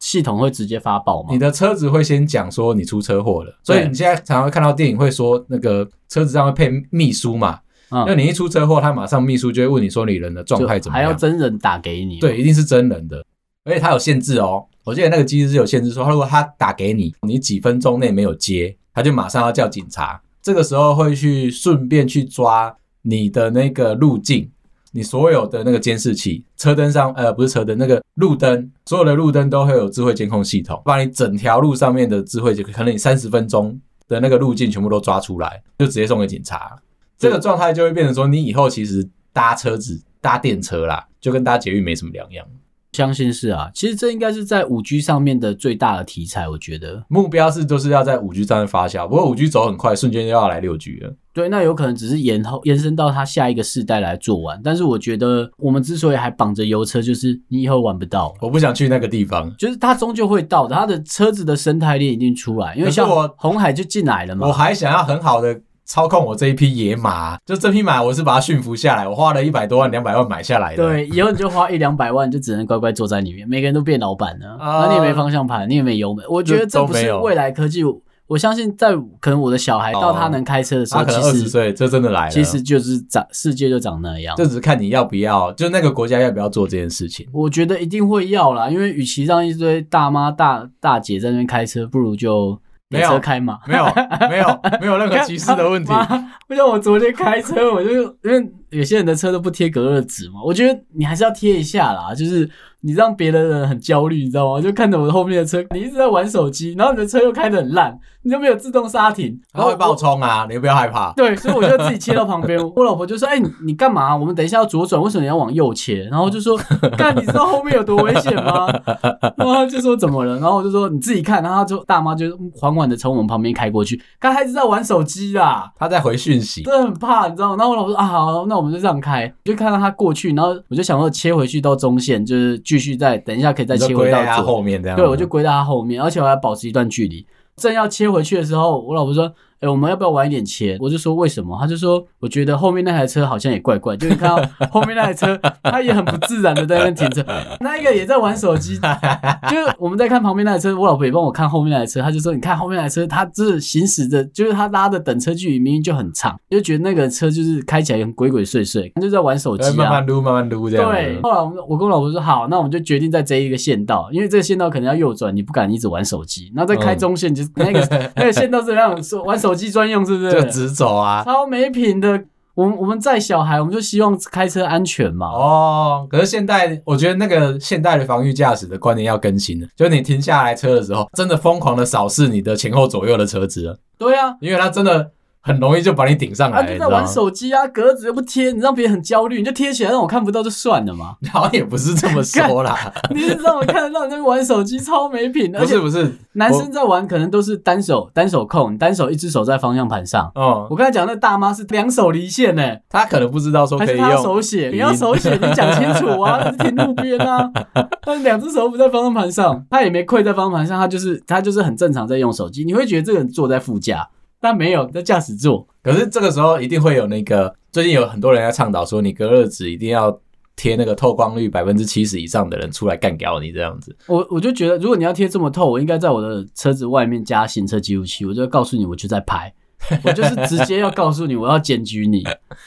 系统会直接发报嘛你？的车子会先讲说你出车祸了，所以哦对你现在常常会看到电影会说那个车子上会配秘书嘛，因为嗯，你一出车祸，他马上秘书就会问你说你人的状态怎么还要样，真人打给你，对，，一定是真人的，而且它有限制哦，我记得那个机制是有限制说，如果他打给你，你几分钟内没有接，他就马上要叫警察，这个时候会去顺便去抓你的那个路径。你所有的那个监视器，车灯上，呃，不是车灯，那个路灯，所有的路灯都会有智慧监控系统，把你整条路上面的智慧，可能你三十分钟的那个路径全部都抓出来，就直接送给警察。这个状态就会变成说，你以后其实搭车子、搭电车啦，就跟搭捷运没什么两样。相信是啊。其实这应该是在五 G 上面的最大的题材，我觉得。目标是都是要在五 G 上面发酵，不过五 G 走很快，瞬间就要来六 G 了。对，那有可能只是延后延伸到它下一个世代来做完。但是我觉得我们之所以还绑着油车，就是你以后玩不到，我不想去那个地方，就是它终究会到的，它的车子的生态链一定出来，因为可是像我红海就进来了我嘛。还想要很好的操控我这一匹野马，就这匹马我是把它驯服下来，我花了一百多万、两百万买下来的。对，以后你就花一 [LAUGHS] 两百万，就只能乖乖坐在里面。每个人都变老板了，啊那你也没方向盘，你也没油门。我觉得就这都不没是有未来科技。我我相信，在可能我的小孩到他哦能开车的时候，他可能二其十实岁，这真的来了。其实就是长世界就长那样。这只是看你要不要，就那个国家要不要做这件事 [LAUGHS] 情。我觉得一定会要啦，因为与其让一堆大妈大大姐在那边开车，不如就没给有车开嘛。没有，没有，没有任何歧视的问 [LAUGHS] 题。妈不像我昨天开车，我就因为有些人的车都不贴隔热纸嘛，我觉得你还是要贴一下啦，就是你让别的人很焦虑，你知道吗？就看着我后面的车，你一直在玩手机，然后你的车又开得很烂，你又没有自动刹停，他会爆爆冲啊，你不要害怕。 [LAUGHS] 对，所以我就自己切到旁边。我老婆就说：“哎、你你干嘛、我们等一下要左转，为什么你要往右切？”然后我就说：“干，你知道后面有多危险吗？” [LAUGHS] 然后她就说：“怎么了？”然后我就说：“你自己看。”然后她就大妈就缓缓的从我们旁边开过去，刚才一直在玩手机啦。他在回讯息，真的很怕，你知道吗？然后我老婆说啊，好，那我们就让开，就看到她过去，然后我就想说切回去到中线，就是继续再等一下可以再你就切回归到在他左后面这样子。对，我就归到他后面，而且我还保持一段距离。正要切回去的时候，我老婆说：“哎、我们要不要晚一点切？”我就说：“为什么？”他就说：“我觉得后面那台车好像也怪怪，就是看到后面那台车，他也很不自然的在那边停着， [LAUGHS] 那一个也在玩手机。就是我们在看旁边那台车，我老婆也帮我看后面那台车，他就说：‘你看后面那台车，他就是行驶的，就是他拉的等车距离明明就很长，就觉得那个车就是开起来很鬼鬼祟祟，他就在玩手机哎啊。’慢慢撸，慢慢撸这样对，子。后来我们我跟我老婆说好，那我们就决定在这一个县道，因为这个县道可能要右转，你不敢一直玩手机，然后再开中线，就是 [LAUGHS] 那个那个县道是让手玩手机专用，是不？就是直走啊。超没品的。我们我们在小孩，我们就希望开车安全嘛。哦，可是现代，我觉得那个现代的防御驾驶的观念要更新了，就是你停下来车的时候，真的疯狂的扫视你的前后左右的车子了，对啊，因为它真的很容易就把你顶上来，啊，你就知在道吗玩？ [LAUGHS] 手机啊，格子又不贴，你让别人很焦虑，你就贴起来让我看不到就算 [LAUGHS] 了嘛。好像也不是这么说 [LAUGHS] 啦，你是让我看得到你在那边玩手机，超没品。而不且是不是，男生在玩可能都是单手单手控，单手一只手在方向盘上。嗯，我刚才讲那大妈是两手离线呢、他可能不知道说还可是以他要用手写？语你要音手写，你讲清楚啊！ [LAUGHS] 那是停路边啊，但是两只手不在方向盘上，他也没跪在方向盘上，他就是他就是很正常在用手机。你会觉得这个人坐在副驾，但没有在驾驶座。可是这个时候一定会有那个，最近有很多人在倡导说，你隔热纸一定要贴那个透光率百分之七十以上的人出来干掉你这样子。我我就觉得，如果你要贴这么透，我应该在我的车子外面加行车记录器，我就会告诉你我就在拍，我就是直接要告诉你我要检举你，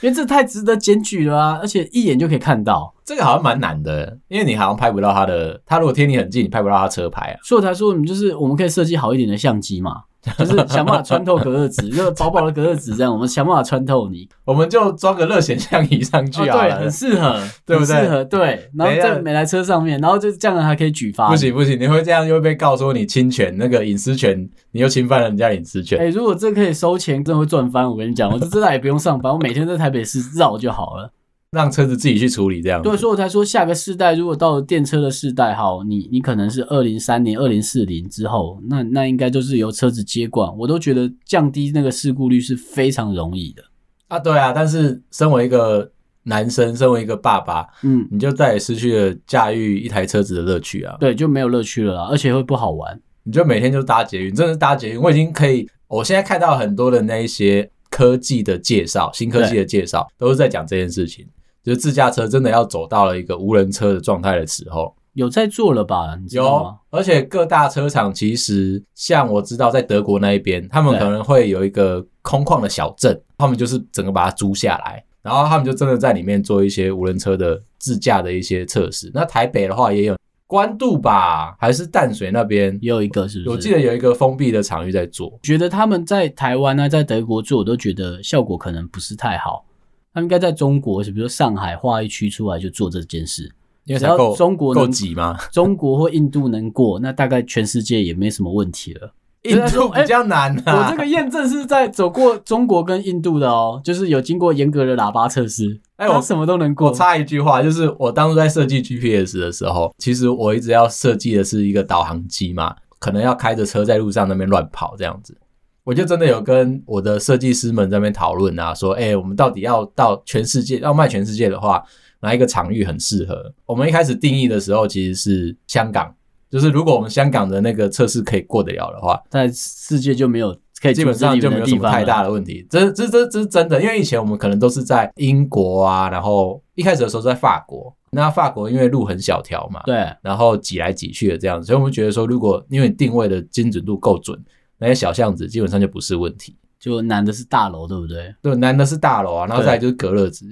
因为这太值得检举了啊！而且一眼就可以看到，这个好像蛮难的，因为你好像拍不到他的，他如果贴你很近，你拍不到他车牌啊。所以我才说我们就是我们可以设计好一点的相机 [LAUGHS] 嘛，就是想办法穿透隔热纸，就是薄薄的隔热纸这样，我们想办法穿 [LAUGHS] 透你，我们就装个热显像仪上去哦好对，了。很适合，对不对很适合，对。然后等一下在美莱车上面，然后就这样还可以举发，不行不行，你会这样又被告说你侵权那个隐私权，你又侵犯了人家隐私权。哎、如果这可以收钱，真的会赚翻。我跟你讲，我这真的也不用上班，我每天在台北市绕就好了。让车子自己去处理这样子。对，所以我才说下个世代，如果到了电车的世代，好，你你可能是二零三零、二零四零之后，那那应该就是由车子接管。我都觉得降低那个事故率是非常容易的。啊，对啊，但是身为一个男生，身为一个爸爸，嗯，你就再也失去了驾驭一台车子的乐趣啊！对，就没有乐趣了啦，而且会不好玩。你就每天就搭捷运，真的是搭捷运，我已经可以，我现在看到很多的那一些科技的介绍，新科技的介绍，都是在讲这件事情，就是自驾车真的要走到了一个无人车的状态的时候，有在做了吧？你知道有吗？，而且各大车厂其实像我知道，在德国那一边，他们对可能会有一个空旷的小镇，他们就是整个把它租下来，然后他们就真的在里面做一些无人车的自驾的一些测试。那台北的话也有关渡吧，还是淡水那边，也有一个是不是？我记得有一个封闭的场域在做。觉得他们在台湾啊，在德国做，我都觉得效果可能不是太好。他们应该在中国，比如说上海划一区出来就做这件事。因为只才要够中国够能挤 [LAUGHS] 吗？中国或印度能过，那大概全世界也没什么问题了。印就是度啊说哎比较难 [LAUGHS] 我啊。这个验证是在走过中国跟印度的哦，就是有经过严格的喇叭测试，哎我它什么都能过。我插一句话，就是我当初在设计 GPS 的时候，其实我一直要设计的是一个导航机嘛，可能要开着车在路上那边乱跑这样子。我就真的有跟我的设计师们在那边讨论啊，说，哎、我们到底要到全世界，要卖全世界的话，哪一个场域很适合？我们一开始定义的时候其实是香港，就是如果我们香港的那个测试可以过得了的话，在世界就没有可以基本上阻止就你没们有的什地么方太大了。的问题。这这这这是真的，因为以前我们可能都是在英国啊，然后一开始的时候是在法国，那法国因为路很小条嘛，对，然后挤来挤去的这样子，所以我们觉得说，如果因为你定位的精准度够准，那些小巷子基本上就不是问题。就难的是大楼，对不对？对，难的是大楼啊，然后再来就是隔热纸。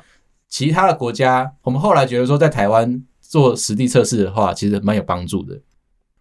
其他的国家，我们后来觉得说，在台湾做实地测试的话，其实蛮有帮助的。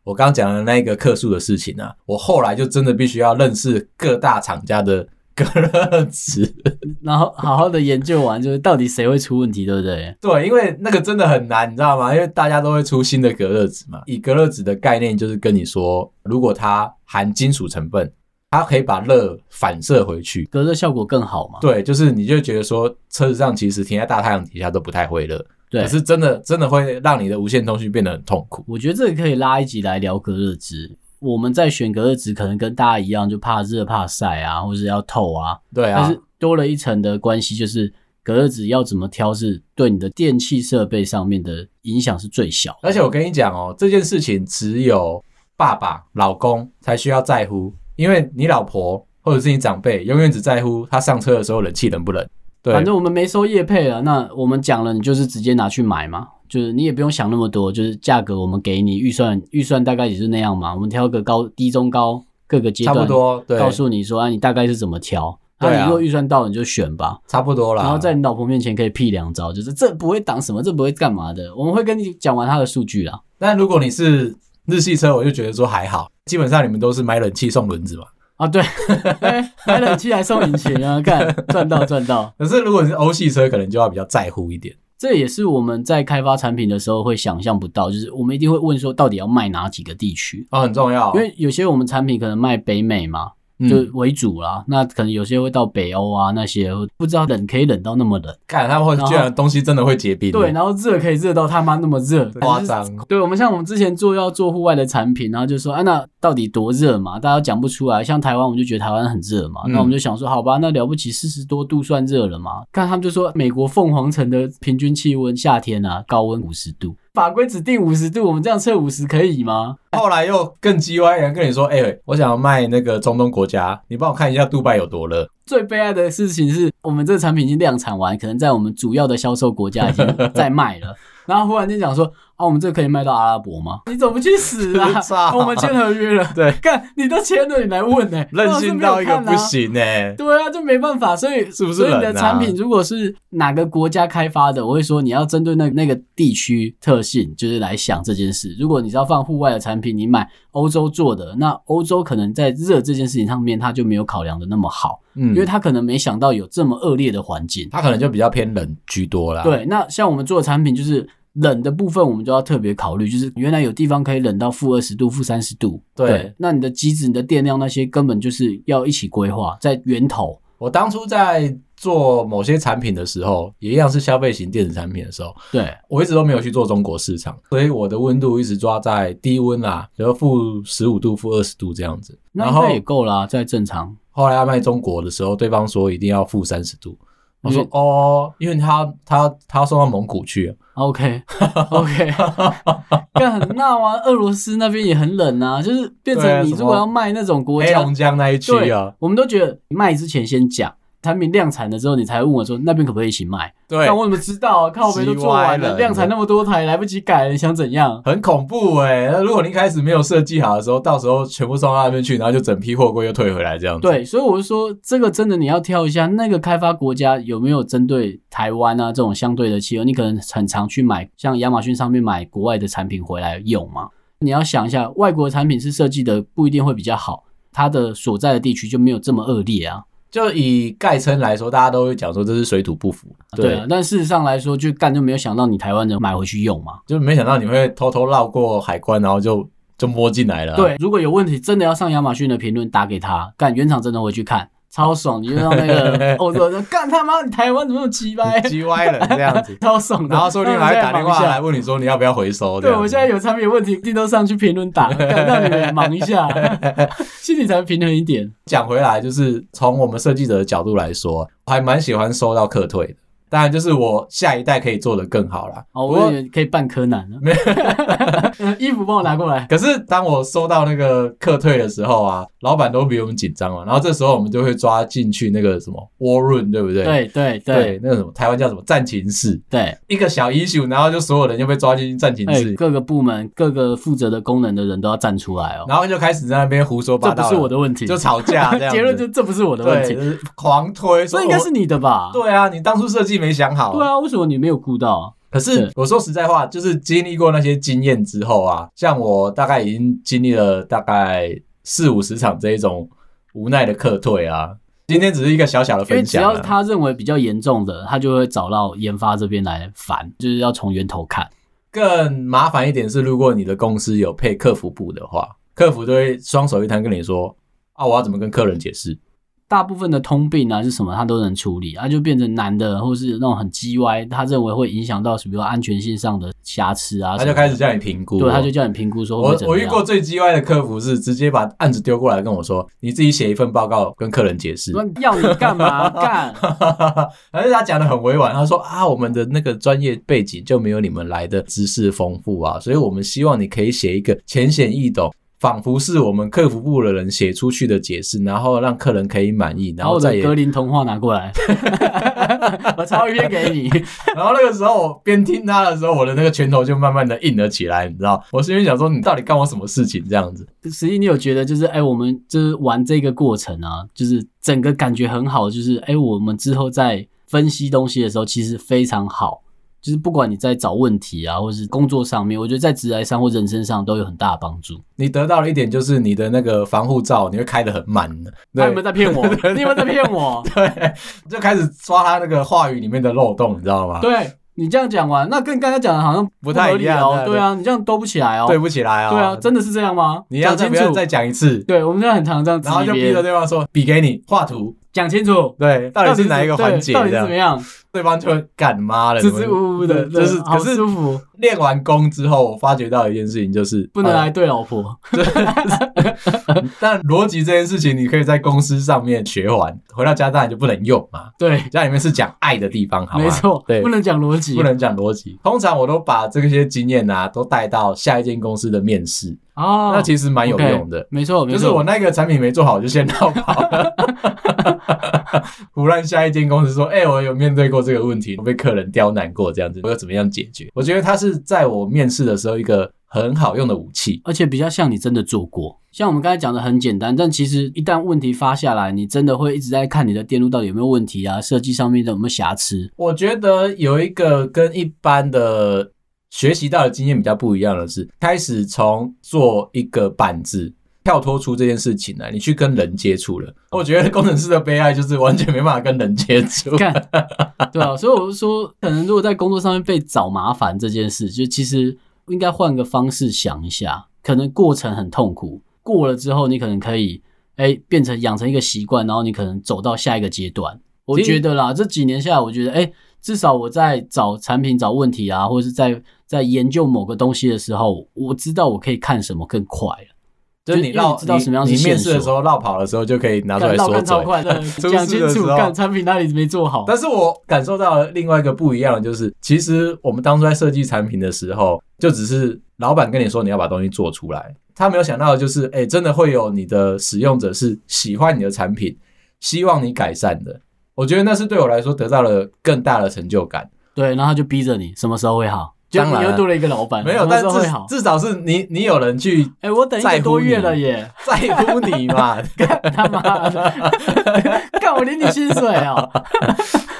我刚刚讲的那个克数的事情啊，我后来就真的必须要认识各大厂家的隔热纸。 [LAUGHS] 然后好好的研究完，就是到底谁会出问题，对不对？对，因为那个真的很难，你知道吗？因为大家都会出新的隔热纸嘛。以隔热纸的概念，就是跟你说，如果它含金属成分，它可以把热反射回去，隔热效果更好嘛？对，就是你就觉得说，车子上其实停在大太阳底下都不太会热，对可是真的真的会让你的无线通讯变得很痛苦。我觉得这个可以拉一集来聊隔热纸。我们在选隔热纸，可能跟大家一样，就怕热、怕晒啊，或者要透啊。对但啊，是多了一层的关系，就是隔热纸要怎么挑，是对你的电器设备上面的影响是最小的。而且我跟你讲哦，这件事情只有爸爸、老公才需要在乎，因为你老婆或者是你长辈永远只在乎他上车的时候冷气冷不冷。对，反正我们没收业配了，那我们讲了，你就是直接拿去买嘛，就是你也不用想那么多，就是价格我们给你预算，预算大概也是那样嘛，我们挑个高低中高各个阶差段，不多，对，告诉你说啊，你大概是怎么挑。那、对啊啊你如果预算到了，你就选吧。差不多啦。然后在你老婆面前可以屁两招，就是这不会挡什么，这不会干嘛的。我们会跟你讲完它的数据啦。但如果你是日系车，我就觉得说还好，基本上你们都是买冷气送轮子嘛。啊，对，哎买冷气还送引擎 [LAUGHS] 啊，看赚到赚到。可是如果你是欧系车，可能就要比较在乎一点。这也是我们在开发产品的时候会想象不到，就是我们一定会问说，到底要卖哪几个地区？哦，很重要，嗯因为有些我们产品可能卖北美嘛，就为主啦。那可能有些会到北欧啊那些，不知道冷可以冷到那么冷。看他们会然后居然东西真的会结冰，欸对，然后热可以热到他妈那么热，夸张。啊对我们像我们之前做要做户外的产品，然后就说啊，那到底多热嘛？大家都讲不出来。像台湾，我们就觉得台湾很热嘛，嗯那我们就想说，好吧，那了不起四十多度算热了嘛？看他们就说，美国凤凰城的平均气温夏天啊，高温五十度，法规指定五十度，我们这样测五十可以吗？后来又更鸡歪，人跟你说，哎、我想要卖那个中东国家，你帮我看一下杜拜有多热。最悲哀的事情是我们这个产品已经量产完，可能在我们主要的销售国家已经在卖了，然后忽然间讲说啊，我们这可以卖到阿拉伯吗？你怎么去死操啊？我们签合约了，对干你都签了，你来问呢、任性到一个不当然哦是没有看啊。行呢、欸对啊，就没办法，所以是不是所以你的人啊产品如果是哪个国家开发的，我会说你要针对那那个地区特性，就是来想这件事。如果你是要放户外的产品，你买欧洲做的，那欧洲可能在热这件事情上面，它就没有考量的那么好。嗯，因为他可能没想到有这么恶劣的环境。他可能就比较偏冷居多啦。，对，那像我们做的产品就是冷的部分，我们就要特别考虑，就是原来有地方可以冷到负二十度、负三十度。对那你的机子、你的电量那些根本就是要一起规划在源头。我当初在做某些产品的时候，也一样是消费型电子产品的时候，对，我一直都没有去做中国市场，所以我的温度一直抓在低温啦，比如负十五度、负二十度这样子。那然应后该也够啦，在正常。后来要卖中国的时候，对方说一定要负三十度，我说因为哦，因为他他他送到蒙古去， [LAUGHS] OK OK，但很闹啊，俄罗斯那边也很冷啊，就是变对啊成你什如果么要卖那种国黑家，龙江那一区对啊，我们都觉得卖之前先讲，产品量产了之后，你才问我说那边可不可以一起卖。对那，我怎么知道、啊？看我们都做完鸡歪了，了量产那么多台，来不及改，你想怎样？很恐怖哎、那如果你一开始没有设计好的时候，到时候全部送到那边去，然后就整批货柜又退回来这样子。，对，所以我就说，这个真的你要挑一下，那个开发国家有没有针对台湾啊这种相对的汽油？你可能很常去买，像亚马逊上面买国外的产品回来用嘛。你要想一下，外国的产品是设计的不一定会比较好，它的所在的地区就没有这么恶劣啊。就以盖称来说，大家都会讲说这是水土不服，啊，但事实上来说，就干就没有想到你台湾人买回去用嘛。就没想到你会偷偷绕过海关，然后就就摸进来了、 [LAUGHS] 对，，呃如果有问题，真的要上亚马逊的评论打给他，干原厂真的回去看，超爽。你就让那 [LAUGHS] 个欧洲人说干他妈，你台湾怎么那么鸡掰，，叽歪了这样子超爽的。 [LAUGHS] 然后说不定还打电话来让我们现在忙一下。问你说你要不要回收。对，我这现样在子有产品问题，一定都上去评论 [LAUGHS] 打，干让你们忙一下，心里才平衡一点。讲回来，就是从我们设计者的角度来说，我还蛮喜欢收到客退的。当然，就是我下一代可以做得更好啦。哦，不过我也可以扮柯南了。 [LAUGHS] 衣服帮我拿过来。可是当我收到那个客退的时候啊，老板都比我们紧张嘛。然后这时候我们就会抓进去那个什么 war room，对不对？对对对对那个什么台湾叫什么战情室，对，一个小 issue，然后就所有人就被抓进去战情哎室，，各个部门、各个负责的功能的人都要站出来哦。然后就开始在那边胡说八这道不了，是我的问题，就吵架这样子。 [LAUGHS] 结论就这不是我的问对，就题，是狂推，说这应该是我你的吧？对啊，你当初设计没想好。对啊，为什么你没有顾到啊？可是对我说实在话，就是经历过那些经验之后啊，像我大概已经经历了大概四五十场这一种无奈的客退啊。今天只是一个小小的因为分只享、要啊，他认为比较严重的，他就会找到研发这边来烦，就是要从源头看。更麻烦一点是，如果你的公司有配客服部的话，客服都会双手一摊跟你说啊，我要怎么跟客人解释？大部分的通病啊是什么，他都能处理，啊就变成男的或是那种很鸡歪，他认为会影响到比如说安全性上的瑕疵啊什么的，他就开始叫你评估，对，他就叫你评估说会不会我怎么我遇样。过最鸡歪的客服是直接把案子丢过来跟我说，你自己写一份报告跟客人解释。说要你干嘛干？而 [LAUGHS] 且他讲的很委婉，他说啊，我们的那个专业背景就没有你们来的知识丰富啊，所以我们希望你可以写一个浅显易懂，仿佛是我们客服部的人写出去的解释，然后让客人可以满意，然然后后我再的也。格林童话拿过来，我抄一篇给你。 [LAUGHS] 然后那个时候我边听他的时候，我的那个拳头就慢慢的硬了起来，你知道，我心里想说你到底干我什么事情这样子？实际你有觉得就是哎、我们就是玩这个过程啊，就是整个感觉很好，就是哎、我们之后在分析东西的时候，其实非常好。就是不管你在找问题啊，或是工作上面，我觉得在职来上或人生上都有很大的帮助。你得到了一点就是你的那个防护罩你会开得很满的，他 [LAUGHS] 有对没有啊在骗我？你有没有在骗我？对，就开始抓他那个话语里面的漏洞，你知道吗？对，你这样讲完，那跟刚才讲的好像不太合理一样哦。对对啊，你这样兜不起来哦。对不起来啊、对啊，真的是这样吗？你要讲再清不要楚。再讲一次，对，我们现在很常这样质然后疑就别逼人着对方说笔给你画图，讲清楚，对，到底是怎哪一个对环节到底这是怎样么，样？对方就会干妈了，支支吾吾的，就是对好可是舒服，练完功之后，我发觉到一件事情就是不能啊呃来对老婆。 [LAUGHS] 但逻辑这件事情，你可以在公司上面学完，回到家当然就不能用嘛。对，家里面是讲爱的地方，好吗？啊没错，对不能讲逻辑，不能讲逻辑。通常我都把这些经验啊，都带到下一间公司的面试，哦。那其实蛮有用的。没错，没就错，是我那个产品没做好，就先绕跑 [LAUGHS] 了。胡乱下一间公司说：“哎、我有面对过这个问题，我被客人刁难过，这样子，我又怎么样解决？”我觉得它是在我面试的时候一个很好用的武器。而且比较像你真的做过。像我们刚才讲的很简单，但其实一旦问题发下来，你真的会一直在看你的电路到底有没有问题啊，设计上面的有没有瑕疵。我觉得有一个跟一般的学习到的经验比较不一样的是，开始从做一个板子跳脱出这件事情来，你去跟人接触了。我觉得工程师的悲哀就是完全没办法跟人接 [LAUGHS] 触。看，对啊，所以我就说，可能如果在工作上面被找麻烦这件事，就其实应该换个方式想一下，可能过程很痛苦，过了之后你可能可以，哎、变成养成一个习惯，然后你可能走到下一个阶段。我其实觉得啦，这几年下来，我觉得，哎、至少我在找产品、找问题啊，或者是在在研究某个东西的时候，我知道我可以看什么更快啊了。就是就你因为绕你知道什么样是你你面线试的索时候绕跑的时候就可以拿出来干到说看超嘴。快的， [LAUGHS] 出讲事清的楚，时候干产品哪里没做好。但是我感受到了另外一个不一样的，就是其实我们当初在设计产品的时候，就只是老板跟你说你要把东西做出来，他没有想到的就是，哎、真的会有你的使用者是喜欢你的产品，希望你改善的。我觉得那是对我来说得到了更大的成就感。对，然后他就逼着你什么时候会好，就当你然又啊多了一个老板，没什有，么但嗯时候会好。至至少是你你有人去哎、我等一在乎个多月你了耶，在乎你嘛。他妈的， [LAUGHS] 看我领你薪水哦、 [LAUGHS]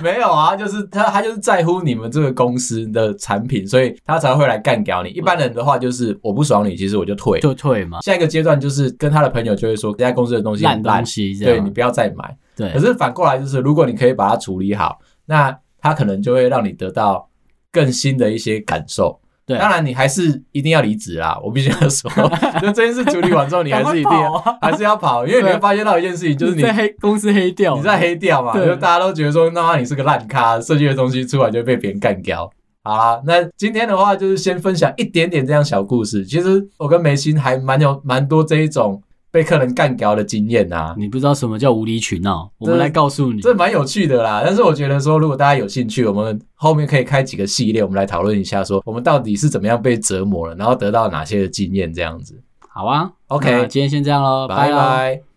没有啊，就是他，他就是在乎你们这个公司的产品，所以他才会来干掉你。一般人的话就是我不爽你，其实我就退。就退嘛，下一个阶段就是跟他的朋友就会说，这家公司的东西烂很烂东，西这对你样。不要再买。对可是反过来就是，如果你可以把它处理好，那他可能就会让你得到更新的一些感受。对当然你还是一定要离职啦，我必须要说， [LAUGHS] 就这件事处理完之后，你还是一定 [LAUGHS] 赶快要、跑啊还是要跑，因为你会发现到一件事情，就是你在黑公司黑掉，你在黑掉嘛，对就大家都觉得说，那你是个烂咖，设计的东西出来就会被别人干掉。好啦，那今天的话就是先分享一点点这样小故事。其实我跟梅心还蛮有蛮多这一种被客人干掉的经验啊，你不知道什么叫无理取闹，我们这来告诉你。这蛮有趣的啦。但是我觉得说，如果大家有兴趣，我们后面可以开几个系列，我们来讨论一下，说我们到底是怎么样被折磨了，然后得到哪些的经验这样子。好啊 OK 那今天先这样喽，拜喽。拜。